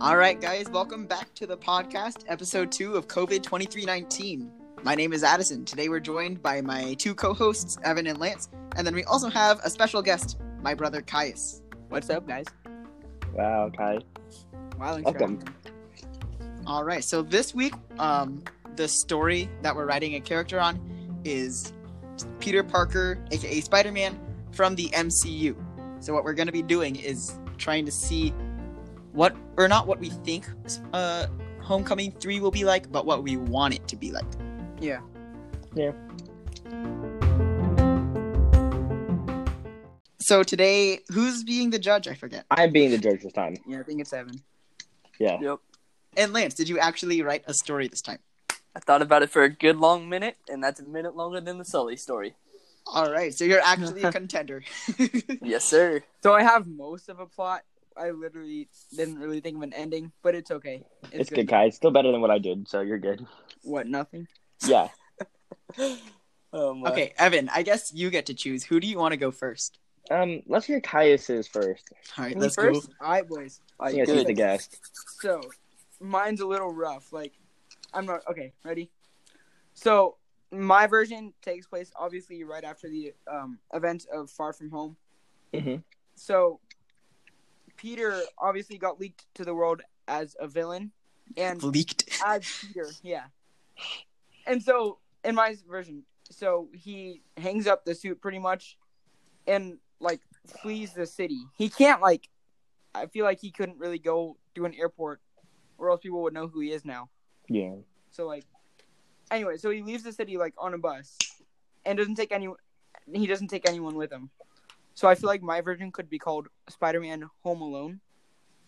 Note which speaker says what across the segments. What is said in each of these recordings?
Speaker 1: All right, guys, welcome back to the podcast, episode two of COVID 2319. My name is Addison. Today we're joined by my two co hosts, Evan and Lance, and then we also have a special guest, my brother Caius. What's up, guys?
Speaker 2: Wow, Kai.
Speaker 1: Wow, thanks for having
Speaker 2: Welcome.
Speaker 1: me. All right, so this week, um, the story that we're writing a character on is Peter Parker, aka Spider Man, from the MCU. So, what we're going to be doing is trying to see what, or not what we think uh, Homecoming 3 will be like, but what we want it to be like. Yeah.
Speaker 2: Yeah.
Speaker 1: So, today, who's being the judge? I forget.
Speaker 2: I'm being the judge this time.
Speaker 3: Yeah, I think it's Evan.
Speaker 2: Yeah.
Speaker 3: Yep.
Speaker 1: And Lance, did you actually write a story this time?
Speaker 3: I thought about it for a good long minute, and that's a minute longer than the Sully story.
Speaker 1: All right, so you're actually a contender.
Speaker 3: Yes, sir.
Speaker 4: So I have most of a plot. I literally didn't really think of an ending, but it's okay.
Speaker 2: It's, good, Kai. It's still better than what I did, so you're good.
Speaker 4: What? Nothing.
Speaker 2: Yeah.
Speaker 3: Um, uh,
Speaker 1: okay, Evan, I guess you get to choose. Who do you want to go first?
Speaker 2: Um, let's hear Caius's first.
Speaker 1: All right,
Speaker 4: Me
Speaker 1: let's
Speaker 4: first. All right, boys.
Speaker 3: all right,
Speaker 2: yes, he's
Speaker 3: good.
Speaker 2: the guest.
Speaker 4: So mine's a little rough. Like I'm not okay. Ready? So my version takes place obviously right after the um, events of Far From Home.
Speaker 2: Mhm.
Speaker 4: So Peter obviously got leaked to the world as a villain, and
Speaker 1: go. Leaked.
Speaker 4: as Peter, yeah. And so, in my version, so he hangs up the suit pretty much, and like flees the city. He can't like, I feel like he couldn't really go to an airport, or else people would know who he is now.
Speaker 2: Yeah.
Speaker 4: So like, anyway, so he leaves the city like on a bus, and doesn't take any. He doesn't take anyone with him. So I feel like my version could be called Spider-Man: Home Alone.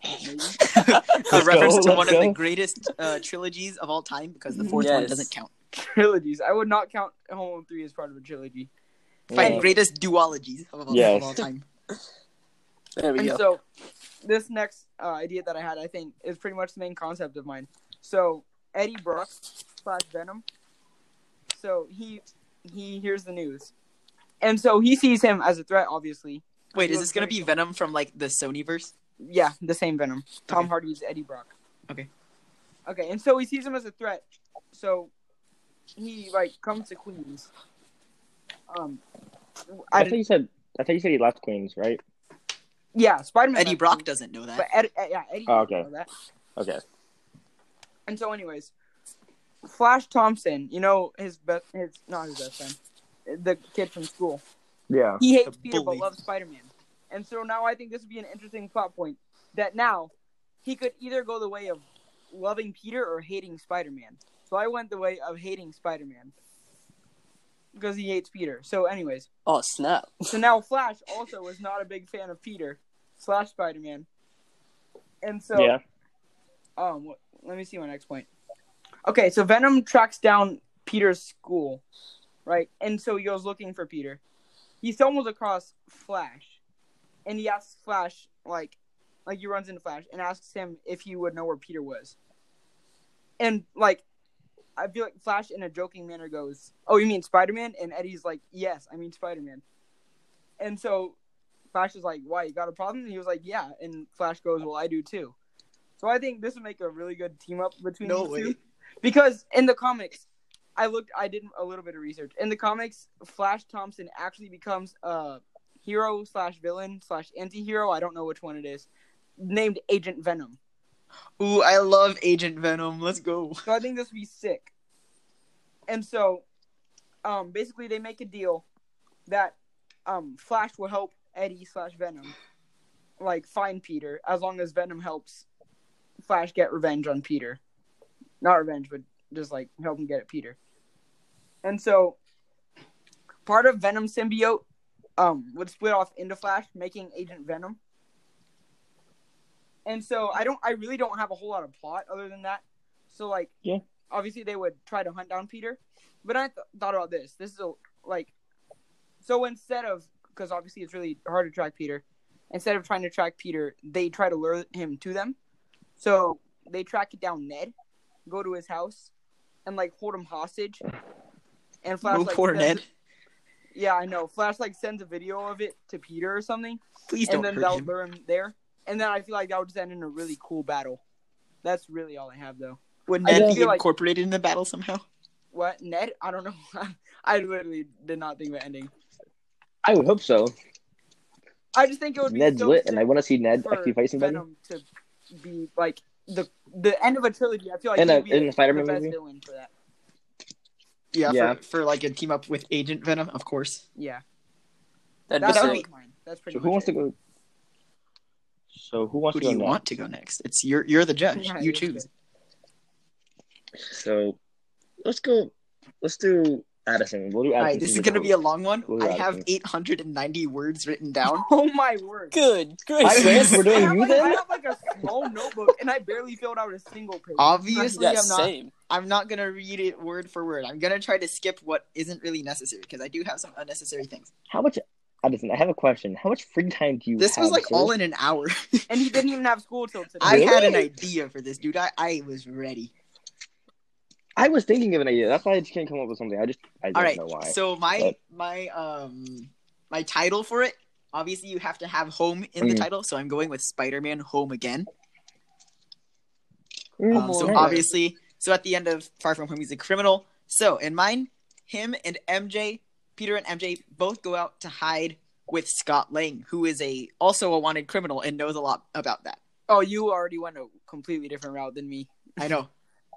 Speaker 4: Maybe.
Speaker 1: A reference
Speaker 2: Let's go,
Speaker 1: to
Speaker 2: let's
Speaker 1: one of the
Speaker 2: go.
Speaker 1: greatest uh, trilogies of all time because the fourth one
Speaker 3: Yes.
Speaker 1: doesn't count.
Speaker 4: trilogies. I would not count Home Alone three as part of a trilogy.
Speaker 1: Five
Speaker 2: Yeah.
Speaker 1: greatest duologies of all,
Speaker 2: Yes.
Speaker 1: of all time.
Speaker 3: There we
Speaker 4: And
Speaker 3: go.
Speaker 4: so, this next uh, idea that I had, I think, is pretty much the main concept of mine. So, Eddie Brooks slash Venom. So he he hears the news, and so he sees him as a threat. Obviously,
Speaker 1: Wait,
Speaker 4: He
Speaker 1: is
Speaker 4: looks
Speaker 1: this gonna
Speaker 4: very
Speaker 1: be Venom from like the Sonyverse?
Speaker 4: yeah, the same Venom. Tom
Speaker 1: Okay.
Speaker 4: Hardy's Eddie Brock.
Speaker 1: Okay.
Speaker 4: Okay, and so he sees him as a threat. So he like comes to Queens. Um,
Speaker 2: I
Speaker 4: I
Speaker 2: thought
Speaker 4: did,
Speaker 2: you said. I thought you said he left Queens, right?
Speaker 4: yeah, Spider Man.
Speaker 1: Eddie Brock doesn't know
Speaker 4: But
Speaker 1: that.
Speaker 4: Ed, Ed- yeah, Eddie.
Speaker 2: Oh,
Speaker 4: doesn't
Speaker 2: okay.
Speaker 4: know that.
Speaker 2: Okay.
Speaker 4: And so, anyways, Flash Thompson, you know his best, his not his best friend, the kid from school.
Speaker 2: Yeah.
Speaker 4: He hates
Speaker 1: The
Speaker 4: Peter but
Speaker 1: bully.
Speaker 4: loves Spider Man. And so now I think this would be an interesting plot point that now he could either go the way of loving Peter or hating Spider Man. So I went the way of hating Spider Man because he hates Peter. So, anyways,
Speaker 3: oh snap!
Speaker 4: so now Flash also is not a big fan of Peter slash Spider Man. And so
Speaker 2: yeah.
Speaker 4: um, wh- let me see my next point. Okay, so Venom tracks down Peter's school, right? And so he goes looking for Peter. He stumbles across Flash, and he asks Flash, like, like he runs into Flash and asks him if he would know where Peter was. And like, I feel like Flash in a joking manner goes, "Oh, you mean Spider Man?" And Eddie's like, "Yes, I mean Spider Man." And so Flash is like, "Why? You got a problem?" And he was like, "Yeah." And Flash goes, "Well, I do too." So I think this would make a really good team up between
Speaker 1: No
Speaker 4: the two.
Speaker 1: way.
Speaker 4: Because in the comics, I looked, I did a little bit of research. In the comics, Flash Thompson actually becomes a hero slash villain slash anti-hero. I don't know which one it is. Named Agent Venom.
Speaker 1: Ooh, I love Agent Venom. Let's go.
Speaker 4: So I think this would be sick. And so, um, basically they make a deal that um Flash will help Eddie slash Venom, like find Peter as long as Venom helps Flash get revenge on Peter. Not revenge, but just like help him get at Peter. And so, part of Venom symbiote um would split off into Flash, making Agent Venom. And so I don't, I really don't have a whole lot of plot other than that. So like,
Speaker 2: Yeah.
Speaker 4: obviously they would try to hunt down Peter, but I th- thought about this. This is a like, so instead of because obviously it's really hard to track Peter, instead of trying to track Peter, they try to lure him to them. So they track down Ned, go to his house, and like hold him hostage. And Flash
Speaker 1: Oh,
Speaker 4: like,
Speaker 1: poor
Speaker 4: says-
Speaker 1: Ned.
Speaker 4: Yeah, I know. Flash like sends a video of it to Peter or something,
Speaker 1: Please
Speaker 4: and
Speaker 1: don't
Speaker 4: then
Speaker 1: hurt
Speaker 4: that'll
Speaker 1: him.
Speaker 4: lure him there. And then I feel like that would just end in a really cool battle. That's really all I have though.
Speaker 1: Would
Speaker 4: I
Speaker 1: Ned
Speaker 4: just
Speaker 1: be
Speaker 4: feel like-
Speaker 1: incorporated in the battle somehow?
Speaker 4: What Ned? I don't know. I literally did not think of an ending.
Speaker 2: I would hope so.
Speaker 4: I just think it would be
Speaker 2: Ned's
Speaker 4: so
Speaker 2: lit, and I
Speaker 4: sick
Speaker 2: want to see Ned
Speaker 4: for
Speaker 2: actually fight somebody.
Speaker 4: Venom to be like the the end of a trilogy. I feel like
Speaker 2: In a-
Speaker 4: he'd be
Speaker 2: in a Spider-Man
Speaker 4: the best
Speaker 2: movie?
Speaker 4: villain for that.
Speaker 1: Yeah,
Speaker 2: Yeah.
Speaker 1: For, for like a team up with Agent Venom, of course.
Speaker 4: Yeah,
Speaker 3: That'd
Speaker 4: that's
Speaker 1: that
Speaker 4: that
Speaker 3: be
Speaker 1: would
Speaker 3: sick.
Speaker 1: be-
Speaker 4: mine. That's pretty.
Speaker 2: So who
Speaker 4: much
Speaker 2: wants to
Speaker 4: it.
Speaker 2: go? So who wants
Speaker 1: Who
Speaker 2: to
Speaker 1: do
Speaker 2: go
Speaker 1: you
Speaker 2: next?
Speaker 1: want to go next? It's you're you're the judge.
Speaker 4: Yeah,
Speaker 1: you
Speaker 4: you're
Speaker 1: choose.
Speaker 2: So let's go. Let's do Addison. We'll do Addison.
Speaker 1: All right, this is gonna be a long one.
Speaker 2: Who's
Speaker 1: I
Speaker 2: out of
Speaker 1: have
Speaker 2: here?
Speaker 1: 890 words written down.
Speaker 4: Oh my word!
Speaker 3: Good
Speaker 2: I
Speaker 3: gracious.
Speaker 2: guess we're
Speaker 4: I
Speaker 2: doing
Speaker 4: have,
Speaker 2: you
Speaker 4: like, I
Speaker 2: then.
Speaker 4: have like a small notebook, and I barely filled out a single page.
Speaker 3: Uh,
Speaker 1: Obviously,
Speaker 3: yeah,
Speaker 1: I'm not.
Speaker 3: same.
Speaker 1: I'm not gonna read it word for word. I'm gonna try to skip what isn't really necessary because I do have some unnecessary things.
Speaker 2: How much, Addison? I have a question. How much free time do you?
Speaker 1: This was
Speaker 2: have,
Speaker 1: like
Speaker 2: sir?
Speaker 1: all in an hour.
Speaker 4: and he didn't even have school till today.
Speaker 1: I had an
Speaker 2: Really?
Speaker 1: idea for this, dude. I, I was ready.
Speaker 2: I was thinking of an idea. That's why I just can't come up with something. I just I don't
Speaker 1: All right.
Speaker 2: know why.
Speaker 1: So my
Speaker 2: But-
Speaker 1: my um my title for it. Obviously, you have to have home in the
Speaker 2: Mhm.
Speaker 1: title, so I'm going with Spider-Man: Home Again.
Speaker 2: Mm,
Speaker 1: Um, so
Speaker 2: alright.
Speaker 1: obviously, so at the end of Far From Home, he's a criminal. So in mine, him and MJ, Peter and MJ, both go out to hide with Scott Lang, who is a also a wanted criminal and knows a lot about that.
Speaker 4: oh, you already went a completely different route than me.
Speaker 1: I know.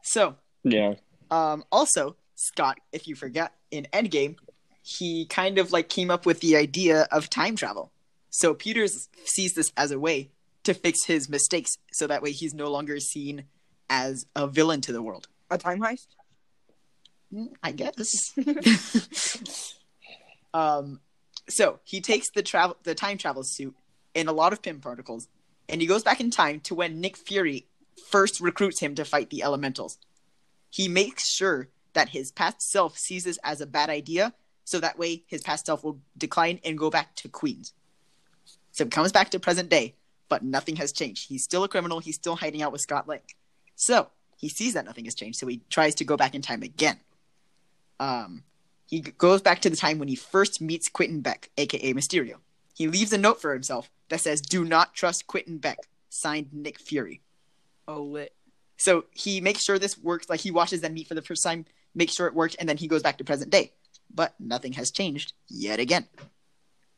Speaker 1: So
Speaker 2: yeah.
Speaker 1: um, also Scott, if you forget, in Endgame, he kind of like came up with the idea of time travel. So Peter sees this as a way to fix his mistakes, so that way he's no longer seen as a villain to the world.
Speaker 4: A time heist?
Speaker 1: Mm, I guess. um, so he takes the travel, the time travel suit, and a lot of pim particles, and he goes back in time to when Nick Fury first recruits him to fight the elementals. He makes sure that his past self sees this as a bad idea, so that way his past self will decline and go back to Queens. So he comes back to present day, but nothing has changed. He's still a criminal. He's still hiding out with Scott Lang. So he sees that nothing has changed, so he tries to go back in time again um, he g- goes back to the time when he first meets Quentin Beck, aka Mysterio. He leaves a note for himself that says, "Do not trust Quentin Beck." Signed Nick Fury.
Speaker 4: Oh, lit.
Speaker 1: So he makes sure this works. Like he watches them meet for the first time, makes sure it worked, and then he goes back to present day. But nothing has changed yet again.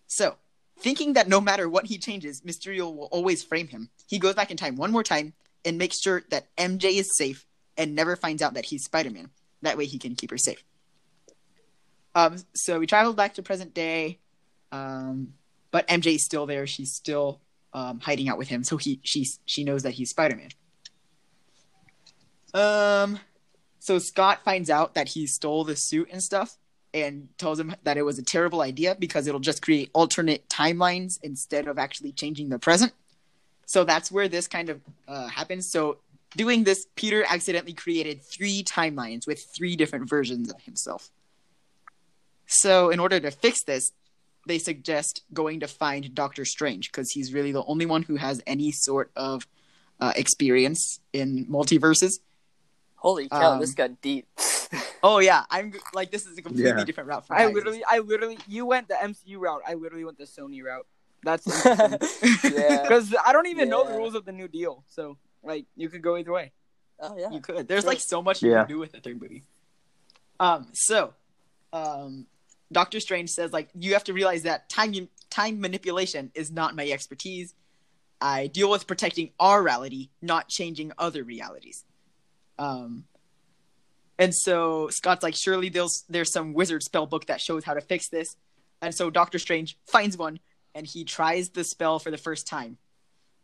Speaker 1: So, thinking that no matter what he changes, Mysterio will always frame him, he goes back in time one more time and makes sure that MJ is safe and never finds out that he's Spider Man. That way he can keep her safe. Um, so we traveled back to present day, um, but MJ's still there. She's still um, hiding out with him, so he she she knows that he's Spider Man. Um, so Scott finds out that he stole the suit and stuff, and tells him that it was a terrible idea because it'll just create alternate timelines instead of actually changing the present. So that's where this kind of uh, happens. So doing this, Peter accidentally created three timelines with three different versions of himself. So in order to fix this, they suggest going to find Doctor Strange because he's really the only one who has any sort of uh, experience in multiverses.
Speaker 3: Holy cow,
Speaker 1: Um,
Speaker 3: this got deep.
Speaker 1: Oh yeah, I'm g- like this is a completely
Speaker 2: Yeah.
Speaker 1: different route. From
Speaker 4: I
Speaker 1: Titans.
Speaker 4: literally, I literally, you went the MCU route. I literally went the Sony route. That's
Speaker 3: yeah.
Speaker 4: because I don't even know the
Speaker 3: Yeah.
Speaker 4: rules of the New Deal. So, like, you could go either way.
Speaker 3: Oh yeah.
Speaker 1: you could. There's like so much you
Speaker 2: Yeah.
Speaker 1: can do with the third movie. Um, so, um, Doctor Strange says like you have to realize that time time manipulation is not my expertise. I deal with protecting our reality, not changing other realities. Um, and so Scott's like, surely there's there's some wizard spell book that shows how to fix this. And so Doctor Strange finds one, and he tries the spell for the first time.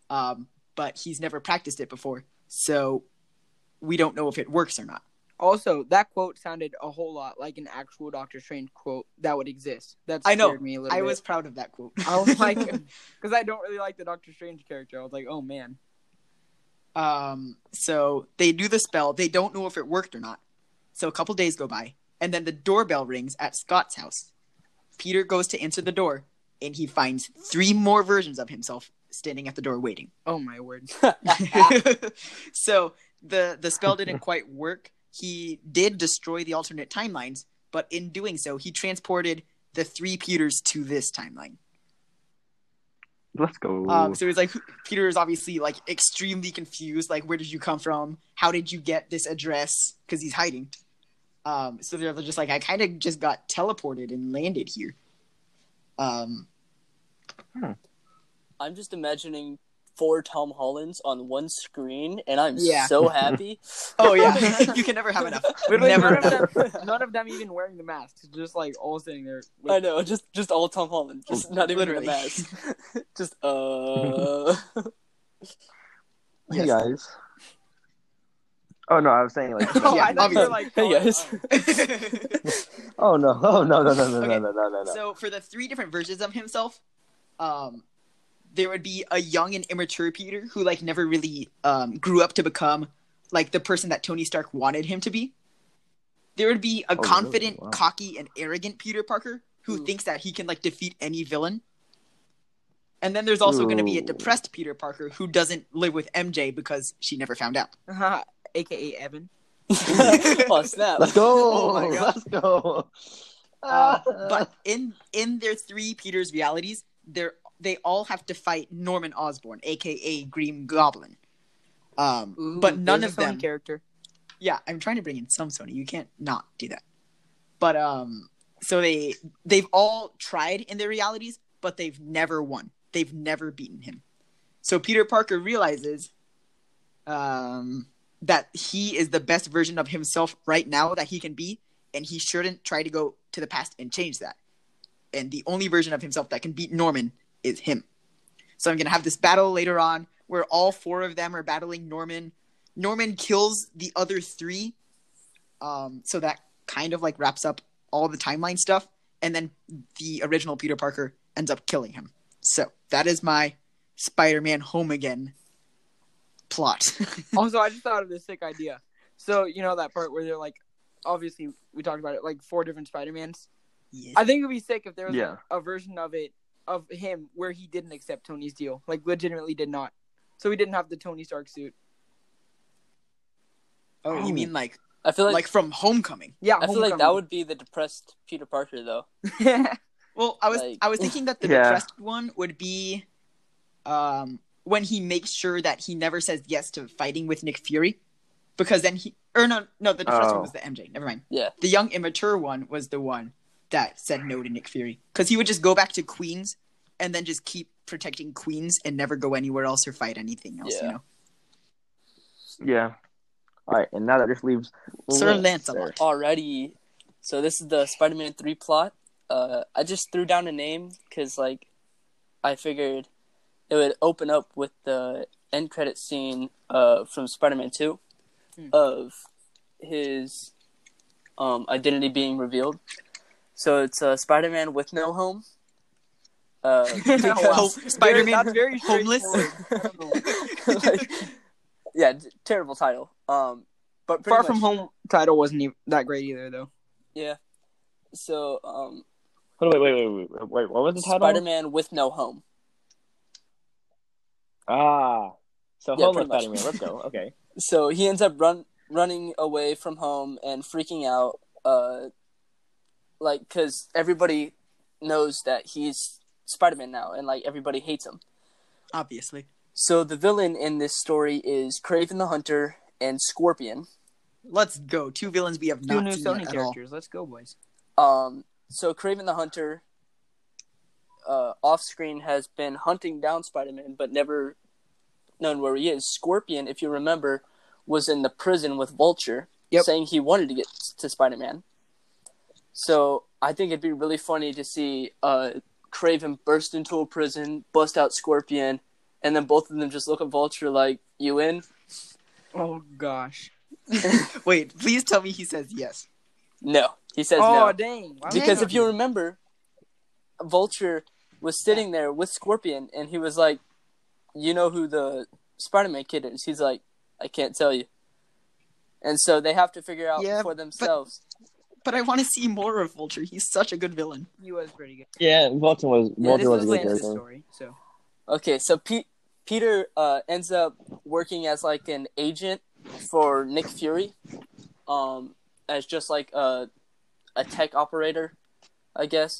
Speaker 1: Um, but he's never practiced it before, so we don't know if it works or not.
Speaker 4: Also, that quote sounded a whole lot like an actual Doctor Strange quote that would exist. That
Speaker 1: I know.
Speaker 4: scared me a little
Speaker 1: I
Speaker 4: bit.
Speaker 1: was proud of that quote.
Speaker 4: I was like, because I don't really like the Doctor Strange character. I was like, oh man.
Speaker 1: um, so they do the spell. They don't know if it worked or not. So a couple days go by, and then the doorbell rings at Scott's house. Peter goes to answer the door, and he finds three more versions of himself standing at the door waiting.
Speaker 4: Oh my word.
Speaker 1: so the the spell didn't quite work. He did destroy the alternate timelines, but in doing so, he transported the three Peters to this timeline.
Speaker 2: Let's go.
Speaker 1: Um, so it's like Peter is obviously like extremely confused. Like, where did you come from? How did you get this address? Because he's hiding. Um, so they're just like, I kind of just got teleported and landed here. Um,
Speaker 3: I'm just imagining four Tom Hollands on one screen, and I'm
Speaker 1: Yeah.
Speaker 3: so happy.
Speaker 1: oh yeah, you can never have enough.
Speaker 4: Literally,
Speaker 1: Never.
Speaker 4: none of, them, none of them even wearing the masks. Just like all sitting there.
Speaker 3: I
Speaker 4: Like,
Speaker 3: know, just just all Tom Holland, just not even
Speaker 1: Literally.
Speaker 3: a mask. just uh,
Speaker 2: hey
Speaker 1: yes.
Speaker 2: guys. Oh no, I was saying like.
Speaker 4: oh,
Speaker 1: Yeah,
Speaker 4: I thought you were
Speaker 1: obviously.
Speaker 4: like,
Speaker 3: Hey, guys.
Speaker 4: oh,
Speaker 2: oh no! Oh no! No! No! No!
Speaker 1: Okay,
Speaker 2: No! No! No! No! no.
Speaker 1: so for the three different versions of himself, um, there would be a young and immature Peter who like never really um, grew up to become like the person that Tony Stark wanted him to be. There would be a
Speaker 2: Oh, really?
Speaker 1: confident,
Speaker 2: Wow.
Speaker 1: cocky, and arrogant Peter Parker who
Speaker 3: Ooh.
Speaker 1: thinks that he can like defeat any villain. And then there's also going to be a
Speaker 2: Ooh.
Speaker 1: depressed Peter Parker who doesn't live with MJ because she never found out.
Speaker 4: uh, AKA Evan.
Speaker 3: oh snap!
Speaker 2: Let's go!
Speaker 1: Oh my God.
Speaker 2: Let's go!
Speaker 1: Uh, but in in their three Peter's realities, they're they all have to fight Norman Osborn, aka Green Goblin. Um,
Speaker 4: Ooh,
Speaker 1: but none
Speaker 4: there's
Speaker 1: of
Speaker 4: a Sony
Speaker 1: them.
Speaker 4: character.
Speaker 1: Yeah, I'm trying to bring in some Sony. You can't not do that. But um, so they they've all tried in their realities, but they've never won. They've never beaten him. So Peter Parker realizes um, that he is the best version of himself right now that he can be, and he shouldn't try to go to the past and change that. And the only version of himself that can beat Norman is him. So I'm gonna have this battle later on where all four of them are battling Norman. Norman kills the other three, um, so that kind of like wraps up all the timeline stuff, and then the original Peter Parker ends up killing him. So that is my Spider-Man Home Again plot.
Speaker 4: also, I just thought of this sick idea. So you know that part where they're like, obviously we talked about it, like four different Spider Mans.
Speaker 1: yes.
Speaker 4: I think it'd be sick if there was
Speaker 2: Yeah.
Speaker 4: a, a version of it of him where he didn't accept Tony's deal, like legitimately did not. So he didn't have the Tony Stark suit.
Speaker 1: oh, you mean like
Speaker 3: I feel
Speaker 1: like,
Speaker 3: like,
Speaker 1: from Homecoming?
Speaker 4: Yeah,
Speaker 3: I feel like that would be the depressed Peter Parker though.
Speaker 4: Homecoming.
Speaker 1: Well, I was
Speaker 3: Like-
Speaker 1: I was thinking that the
Speaker 2: Yeah.
Speaker 1: depressed one would be, um, when he makes sure that he never says yes to fighting with Nick Fury, because then he or no no the depressed
Speaker 2: Oh.
Speaker 1: one was the MJ. Never mind.
Speaker 3: Yeah.
Speaker 1: the young immature one was the one that said no to Nick Fury because he would just go back to Queens and then just keep protecting Queens and never go anywhere else or fight anything else.
Speaker 3: Yeah.
Speaker 1: You know,
Speaker 2: yeah. All right, and now that just leaves
Speaker 1: Sir
Speaker 2: Lance
Speaker 1: Lancelot.
Speaker 3: Alrighty. So this is the Spider-Man three plot. Uh, I just threw down a name because like I figured it would open up with the end credit scene uh, from Spider-Man two
Speaker 4: Hmm.
Speaker 3: of his um, identity being revealed. So it's uh, Spider-Man with no home. Uh,
Speaker 1: Ho-
Speaker 3: because-
Speaker 1: Spider-Man.
Speaker 4: That's very
Speaker 1: homeless.
Speaker 4: straightforward. I don't know.
Speaker 3: like, yeah, d- terrible title. Um, but pretty
Speaker 4: Far from
Speaker 3: much-
Speaker 4: Home title wasn't even that great either, though.
Speaker 3: Yeah. So um,
Speaker 2: Wait, wait, wait, wait, wait, wait. What was the title?
Speaker 3: Spider-Man with no home.
Speaker 2: Ah, so
Speaker 3: Yeah,
Speaker 2: hold on,
Speaker 3: pretty much.
Speaker 2: Spider Man. Let's go. Okay.
Speaker 3: So he ends up run running away from home and freaking out. Uh, like because everybody knows that he's Spider-Man now, and like everybody hates him.
Speaker 1: obviously.
Speaker 3: So the villain in this story is Craven the Hunter and Scorpion.
Speaker 1: Let's go. Two villains we have
Speaker 4: Two
Speaker 1: not
Speaker 4: new
Speaker 1: seen
Speaker 4: Sony
Speaker 1: yet at all.
Speaker 4: characters. Let's go, boys.
Speaker 3: Um, so Craven the Hunter, uh, off screen has been hunting down Spider Man, but never known where he is. Scorpion, if you remember, was in the prison with Vulture,
Speaker 4: Yep.
Speaker 3: saying he wanted to get s- to Spider Man. So I think it'd be really funny to see uh, Craven burst into a prison, bust out Scorpion, and then both of them just look at Vulture like, "You in?"
Speaker 4: Oh gosh.
Speaker 1: Wait, please tell me he says yes.
Speaker 3: No, he says
Speaker 4: oh
Speaker 3: no.
Speaker 4: dang. Wow.
Speaker 3: Because
Speaker 1: Hang on.
Speaker 3: if you remember, Vulture was sitting there with Scorpion, and he was like, "You know who the Spider-Man kid is?" He's like, "I can't tell you." And so they have to figure out
Speaker 1: Yeah,
Speaker 3: for themselves.
Speaker 1: But I want to see more of Vulture. He's such a good villain.
Speaker 4: he was pretty good.
Speaker 2: Yeah, Walton was
Speaker 3: Yeah, this
Speaker 2: Walton was
Speaker 3: is
Speaker 2: a good
Speaker 3: Lance's
Speaker 4: Lance's
Speaker 2: character.
Speaker 4: story. So
Speaker 3: Okay, so Pe- Peter uh, ends up working as like an agent for Nick Fury, um, as just like a a tech operator, I guess.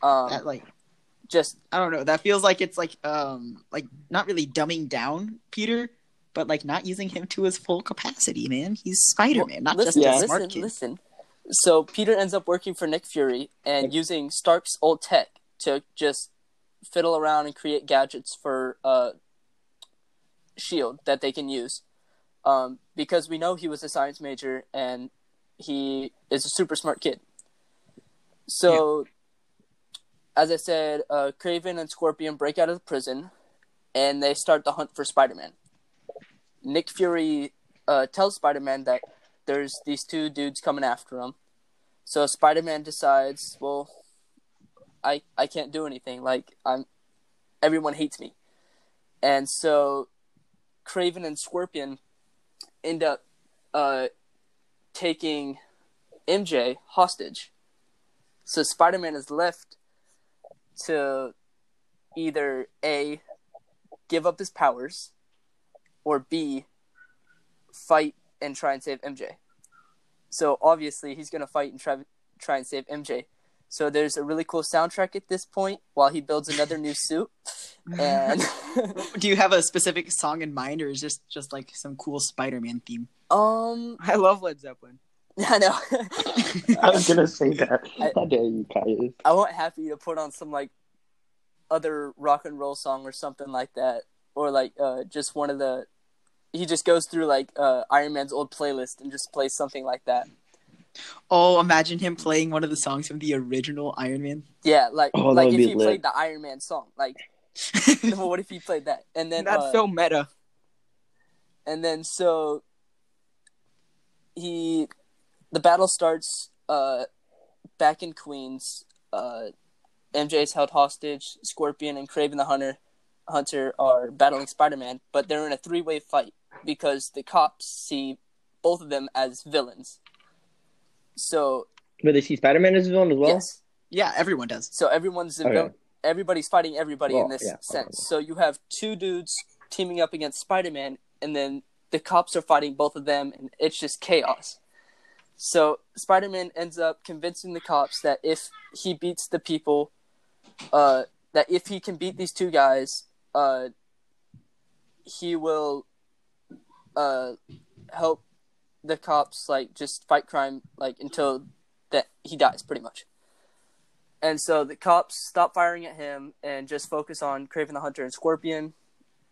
Speaker 1: That
Speaker 3: Um,
Speaker 1: like
Speaker 3: just
Speaker 1: I don't know. That feels like it's like um like not really dumbing down Peter, but like not using him to his full capacity, man. He's Spider Man, not
Speaker 3: listen,
Speaker 1: just a
Speaker 2: Yeah.
Speaker 1: smart
Speaker 3: listen,
Speaker 1: kid.
Speaker 3: listen. So Peter ends up working for Nick Fury and using Stark's old tech to just fiddle around and create gadgets for uh, Shield E that they can use. Um, because we know he was a science major and he is a super smart kid. So, as I said, uh, Craven and Scorpion break out of the prison and they start the hunt for Spider Man. Nick Fury uh, tells Spider Man that there's these two dudes coming after him. So Spider Man decides, well, I I can't do anything. Like I'm, everyone hates me, and so Craven and Scorpion end up uh, taking MJ hostage. So Spider Man is left to either a give up his powers, or b fight and try and save MJ. So obviously he's gonna fight and try try and save MJ. So there's a really cool soundtrack at this point while he builds another new suit, and
Speaker 1: Do you have a specific song in mind, or is just just like some cool Spider Man theme?
Speaker 3: um,
Speaker 4: I love Led Zeppelin.
Speaker 3: I know
Speaker 2: I was gonna say that.
Speaker 3: I-
Speaker 2: How dare you, Caius?
Speaker 3: I want Happy to put on some like other rock and roll song or something like that, or like uh, just one of the. He just goes through like uh, Iron Man's old playlist and just plays something like that.
Speaker 1: Oh, imagine him playing one of the songs from the original Iron Man.
Speaker 3: Yeah, like
Speaker 2: Oh, that
Speaker 3: like
Speaker 2: would
Speaker 3: if
Speaker 2: be
Speaker 3: he
Speaker 2: lit.
Speaker 3: played the Iron Man song, like what if he played that? And then
Speaker 4: That's
Speaker 3: uh,
Speaker 4: so meta.
Speaker 3: and then so he the battle starts uh back in queens uh mj is held hostage scorpion and craven the hunter hunter are battling spider-man but they're in a three-way fight because the cops see both of them as villains so
Speaker 2: But they see Spider Man as a villain as well.
Speaker 3: yes
Speaker 1: yeah, everyone does.
Speaker 3: so everyone's a
Speaker 2: Okay.
Speaker 3: vil- everybody's fighting everybody
Speaker 2: Well,
Speaker 3: in this
Speaker 2: yeah.
Speaker 3: sense. So you have two dudes teaming up against Spider Man, and then the cops are fighting both of them, and it's just chaos. So Spider Man ends up convincing the cops that if he beats the people, uh, that if he can beat these two guys, uh, he will uh, help the cops like just fight crime like until that he dies, pretty much. And so the cops stop firing at him and just focus on Craven the Hunter and Scorpion.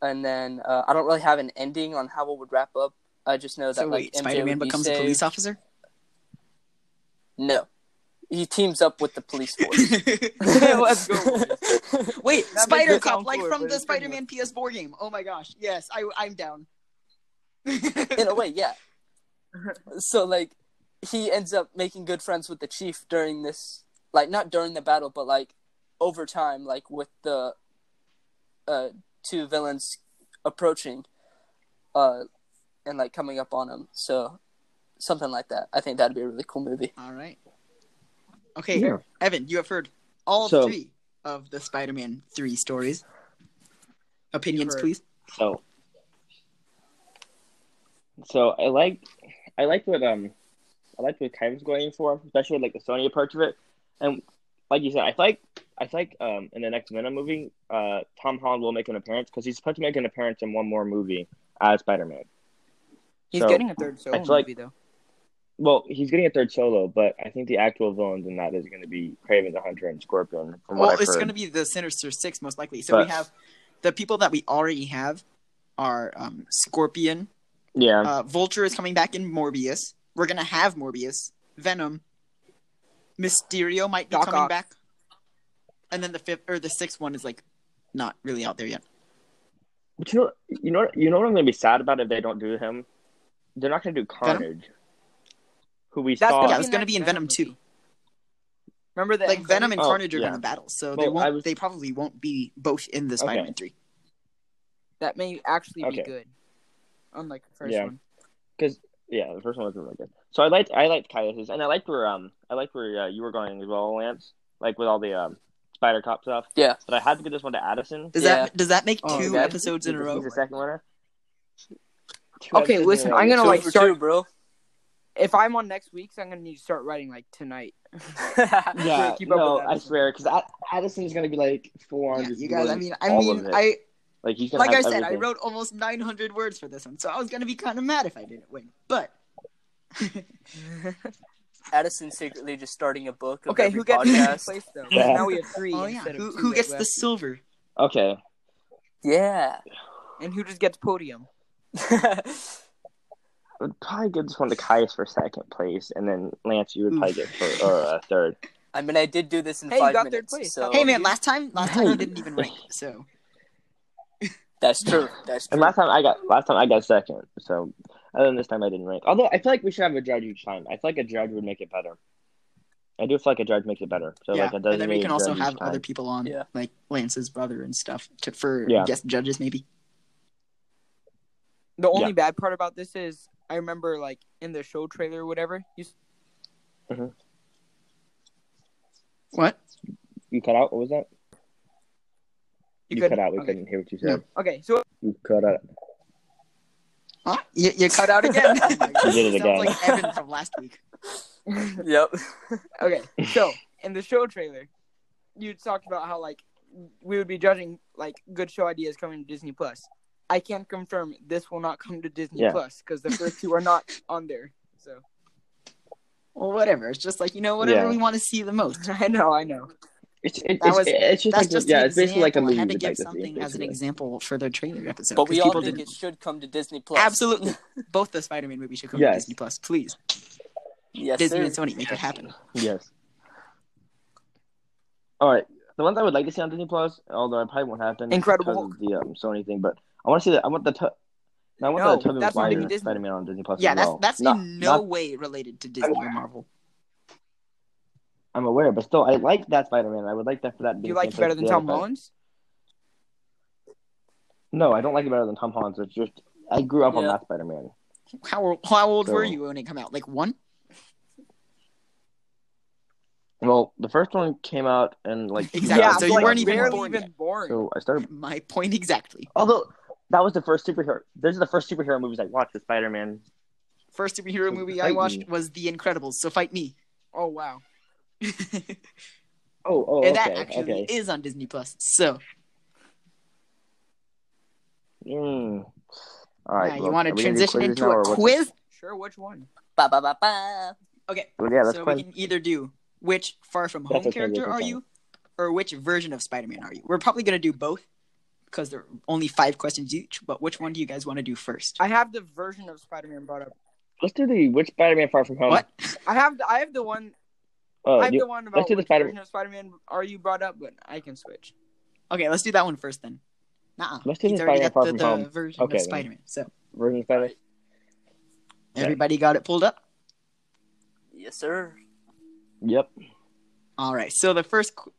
Speaker 3: And then uh, I don't really have an ending on how it would wrap up. I just know that
Speaker 1: So wait,
Speaker 3: like MJ
Speaker 1: Spider Man
Speaker 3: would be
Speaker 1: becomes
Speaker 3: saved.
Speaker 1: a police officer.
Speaker 3: No, he teams up with the police force.
Speaker 4: Let's go.
Speaker 1: wait,
Speaker 4: That
Speaker 1: Spider
Speaker 4: makes it
Speaker 1: Cop,
Speaker 4: sound
Speaker 1: like
Speaker 4: cooler,
Speaker 1: from
Speaker 4: but
Speaker 1: the
Speaker 4: it's pretty
Speaker 1: Spider Man PS4 game. Oh my gosh, yes, I, I'm down.
Speaker 3: In a way, yeah. So like, he ends up making good friends with the chief during this, like not during the battle, but like over time, like with the uh, two villains approaching, uh, and like coming up on him. So something like that. I think that'd be a really cool movie.
Speaker 1: All right. Okay,
Speaker 2: Yeah.
Speaker 1: Evan, you have heard all
Speaker 2: So-
Speaker 1: three of the Spider Man 3 stories. Opinions,
Speaker 4: Heard.
Speaker 1: please.
Speaker 2: So, so I like, I like what um, I like what Kyle's going for, especially like the Sony approach of it, and like you said, I feel like I feel like um in the next Venom movie, uh, Tom Holland will make an appearance because he's supposed to make an appearance in one more movie as Spider Man.
Speaker 4: He's
Speaker 2: So,
Speaker 4: getting a third solo
Speaker 2: it's like-
Speaker 4: movie though.
Speaker 2: Well, he's getting a third solo, but I think the actual villains in that is going to be Craven the Hunter and Scorpion. From
Speaker 1: Well,
Speaker 2: what I've
Speaker 1: it's
Speaker 2: heard.
Speaker 1: going to be the Sinister Six, most likely. So
Speaker 2: But-
Speaker 1: we have the people that we already have are um, Scorpion,
Speaker 2: yeah.
Speaker 1: uh, Vulture is coming back in Morbius. We're gonna have Morbius, Venom, Mysterio might be
Speaker 4: Doc
Speaker 1: coming
Speaker 4: Ock.
Speaker 1: back, and then the fifth or the sixth one is like not really out there yet.
Speaker 2: But you know, you know, you know what I'm gonna be sad about if they don't do him. They're not gonna do Carnage, who we
Speaker 4: That's
Speaker 2: saw.
Speaker 4: gonna
Speaker 1: yeah,
Speaker 4: be
Speaker 1: it's
Speaker 4: in
Speaker 1: gonna
Speaker 4: that
Speaker 1: be in
Speaker 4: Venom
Speaker 1: Venom too.
Speaker 4: movie. Remember that?
Speaker 1: Like Venom and
Speaker 2: Oh,
Speaker 1: Carnage are
Speaker 2: yeah.
Speaker 1: gonna battle, so
Speaker 2: Well,
Speaker 1: they
Speaker 2: I
Speaker 1: won't.
Speaker 2: was-
Speaker 1: They probably won't be both in the
Speaker 2: Okay.
Speaker 1: Spider-Man three.
Speaker 4: that may actually be
Speaker 2: Okay.
Speaker 4: good. Unlike the first
Speaker 2: Yeah.
Speaker 4: one.
Speaker 2: yeah, the first one was really good. So I liked, I liked Caius's, and I liked where um, I liked where uh, you were going as well, Lance. Like with all the um, Spider Cop stuff.
Speaker 3: Yeah.
Speaker 2: But I had to give this one to Addison.
Speaker 1: Does that does that make two
Speaker 4: Oh, okay.
Speaker 1: episodes in a
Speaker 2: He's-
Speaker 1: row?
Speaker 2: He's the second winner. Two
Speaker 4: Okay,
Speaker 2: episodes
Speaker 4: listen,
Speaker 2: in a row.
Speaker 4: I'm gonna
Speaker 3: Two
Speaker 4: like
Speaker 3: for
Speaker 4: start
Speaker 3: two, bro.
Speaker 4: if I'm on next week's, I'm gonna need to start writing like tonight.
Speaker 2: Yeah,
Speaker 4: keep up
Speaker 2: no,
Speaker 4: with
Speaker 2: I
Speaker 4: Addison.
Speaker 2: swear, because Addison's gonna be like full on.
Speaker 1: Yeah,
Speaker 2: just
Speaker 1: you guys, I
Speaker 2: doing
Speaker 1: mean, I
Speaker 2: all
Speaker 1: mean,
Speaker 2: of it.
Speaker 1: I
Speaker 2: like he's gonna
Speaker 1: like I
Speaker 2: have
Speaker 1: said, I
Speaker 2: everything.
Speaker 1: wrote almost 900 words for this one, so I was gonna be kind of mad if I didn't win. But
Speaker 3: Addison secretly just starting a book. Of
Speaker 4: okay,
Speaker 3: every
Speaker 4: who gets
Speaker 3: podcast.
Speaker 4: next place though?
Speaker 2: Yeah.
Speaker 4: Now we have three.
Speaker 1: oh yeah,
Speaker 4: instead
Speaker 1: who,
Speaker 4: of two
Speaker 1: who
Speaker 4: like
Speaker 1: gets the
Speaker 4: last week.
Speaker 1: silver?
Speaker 2: Okay,
Speaker 3: Yeah.
Speaker 4: and who just gets podium?
Speaker 2: I would probably give this one to Caius for second place, and then Lance, you would probably get for or uh, third.
Speaker 3: I mean, I did do this in
Speaker 4: Hey, you
Speaker 3: five
Speaker 4: got third
Speaker 3: minutes.
Speaker 4: place.
Speaker 3: So
Speaker 1: Hey man, last time, last time I
Speaker 2: Oh, Right.
Speaker 1: didn't even rank, so
Speaker 3: that's true. That's
Speaker 2: And
Speaker 3: true.
Speaker 2: last time I got last time I got second. So other than this time I didn't rank. Although I feel like we should have a judge each time. I feel like a judge would make it better. I do feel like a judge makes it better. So
Speaker 1: yeah.
Speaker 2: like a
Speaker 1: and then we
Speaker 2: designated
Speaker 1: can also
Speaker 2: judge each
Speaker 1: have other
Speaker 2: time.
Speaker 1: people on,
Speaker 3: Yeah.
Speaker 1: like Lance's brother and stuff, to, for
Speaker 2: Yeah.
Speaker 1: guest judges maybe.
Speaker 4: The
Speaker 2: Yeah.
Speaker 4: only bad part about this is I remember like in the show trailer or whatever. You s-
Speaker 1: What?
Speaker 2: You cut out. What was that?
Speaker 4: you,
Speaker 2: You,
Speaker 4: could
Speaker 2: cut out. We
Speaker 4: okay.
Speaker 2: couldn't hear what you said.
Speaker 4: Okay, so
Speaker 2: You cut out.
Speaker 1: Huh? You, you cut out again.
Speaker 3: You
Speaker 2: did it
Speaker 1: Sounds
Speaker 2: again.
Speaker 1: like Evan from last week.
Speaker 3: Yep.
Speaker 4: okay, so in the show trailer, you talked about how like we would be judging like good show ideas coming to Disney Plus. I can confirm this will not come to Disney
Speaker 2: Yeah.
Speaker 4: Plus because the first two are not on there. So
Speaker 1: Well, whatever. It's just like you know, whatever
Speaker 2: Yeah.
Speaker 1: we want to see the most.
Speaker 4: I know, I know.
Speaker 2: It's it's,
Speaker 1: That
Speaker 2: it's,
Speaker 1: was-
Speaker 2: it's just
Speaker 1: That's
Speaker 2: like
Speaker 1: just
Speaker 2: yeah.
Speaker 1: an
Speaker 2: It's basically like a
Speaker 1: example.
Speaker 2: movie.
Speaker 1: I had to
Speaker 2: with,
Speaker 1: give
Speaker 2: like, the scenes,
Speaker 1: something as an
Speaker 2: basically.
Speaker 1: example for their trailer episode.
Speaker 3: But we
Speaker 1: 'cause
Speaker 3: all
Speaker 1: people
Speaker 3: think
Speaker 1: didn't-
Speaker 3: it should come to Disney Plus.
Speaker 1: Absolutely, both the Spider-Man movies should come
Speaker 2: Yes.
Speaker 1: to Disney Plus. Please,
Speaker 3: Yes,
Speaker 1: Disney
Speaker 3: sir.
Speaker 1: and Sony, make it happen.
Speaker 2: Yes. All right. The ones I would like to see on Disney Plus, although it probably won't happen.
Speaker 4: Incredible
Speaker 2: because of the um, Sony thing, but I want to see that. I want the. To- no, I want
Speaker 4: No,
Speaker 2: the Tobey
Speaker 4: that's not even
Speaker 2: Maguire
Speaker 4: Disney.
Speaker 2: Spider-Man on Disney Plus.
Speaker 1: Yeah,
Speaker 2: as
Speaker 1: that's
Speaker 2: well.
Speaker 1: that's
Speaker 2: not,
Speaker 1: in no
Speaker 2: not-
Speaker 1: way related to Disney or Marvel.
Speaker 2: I'm aware, but still, I like that Spider-Man. I would like that for that. to be
Speaker 4: You
Speaker 2: the
Speaker 4: like
Speaker 2: same
Speaker 4: it better
Speaker 2: place
Speaker 4: than
Speaker 2: as the other
Speaker 4: Tom
Speaker 2: Spider-
Speaker 4: Holland's?
Speaker 2: No, I don't like it better than Tom Holland's. It's just I grew up on
Speaker 3: Yeah.
Speaker 2: that Spider-Man.
Speaker 1: How how old were
Speaker 2: So-
Speaker 1: you when it came out? Like one?
Speaker 2: Well, the first one came out in like
Speaker 1: Exactly.
Speaker 4: Yeah,
Speaker 1: so
Speaker 4: but,
Speaker 1: you
Speaker 4: like,
Speaker 1: weren't even
Speaker 4: barely
Speaker 1: born
Speaker 4: even born.
Speaker 2: So I started.
Speaker 1: My point exactly.
Speaker 2: Although that was the first superhero. Those are the first superhero movies I watched. The Spider-Man.
Speaker 1: First superhero
Speaker 2: So
Speaker 1: movie
Speaker 2: fight
Speaker 1: I
Speaker 2: me.
Speaker 1: watched was The Incredibles. So fight me.
Speaker 4: Oh wow.
Speaker 2: Oh, oh,
Speaker 1: and that
Speaker 2: okay,
Speaker 1: actually
Speaker 2: okay.
Speaker 1: is on Disney Plus. So
Speaker 2: Mm. All right.
Speaker 1: yeah, you
Speaker 2: well,
Speaker 1: want
Speaker 2: are
Speaker 1: to
Speaker 2: we gonna do
Speaker 1: transition
Speaker 2: quizzes
Speaker 1: into
Speaker 2: now,
Speaker 1: a
Speaker 2: or what's-
Speaker 1: quiz?
Speaker 4: Sure, which one?
Speaker 3: Ba ba ba ba.
Speaker 1: Okay.
Speaker 2: Well, yeah, that's
Speaker 1: so we
Speaker 2: quiz.
Speaker 1: can either do which Far From
Speaker 2: That's
Speaker 1: Home
Speaker 2: okay,
Speaker 1: character
Speaker 2: that's
Speaker 1: are
Speaker 2: okay.
Speaker 1: you, or which version of Spider-Man are you? We're probably gonna do both because there are only five questions each. But which one do you guys want to do first?
Speaker 4: I have the version of Spider-Man brought up.
Speaker 2: Let's do the which Spider-Man Far From Home.
Speaker 1: what?
Speaker 4: I have the, I have the one
Speaker 2: Oh,
Speaker 4: I have
Speaker 2: you-
Speaker 4: the one about
Speaker 2: do the
Speaker 4: which
Speaker 2: Spider-
Speaker 4: version of Spider-Man are you brought up, but I can switch.
Speaker 1: Okay, let's do that one first then. Nah,
Speaker 2: Let's do
Speaker 1: he's
Speaker 2: the
Speaker 1: already got
Speaker 2: Spider-Man Far
Speaker 1: the,
Speaker 2: From
Speaker 1: the
Speaker 2: Home.
Speaker 1: version
Speaker 2: Okay,
Speaker 1: of
Speaker 2: then.
Speaker 1: Spider-Man. So
Speaker 2: version of Spider. Okay.
Speaker 1: everybody got it pulled up.
Speaker 3: Yes, sir.
Speaker 2: Yep.
Speaker 1: All right. So the first qu-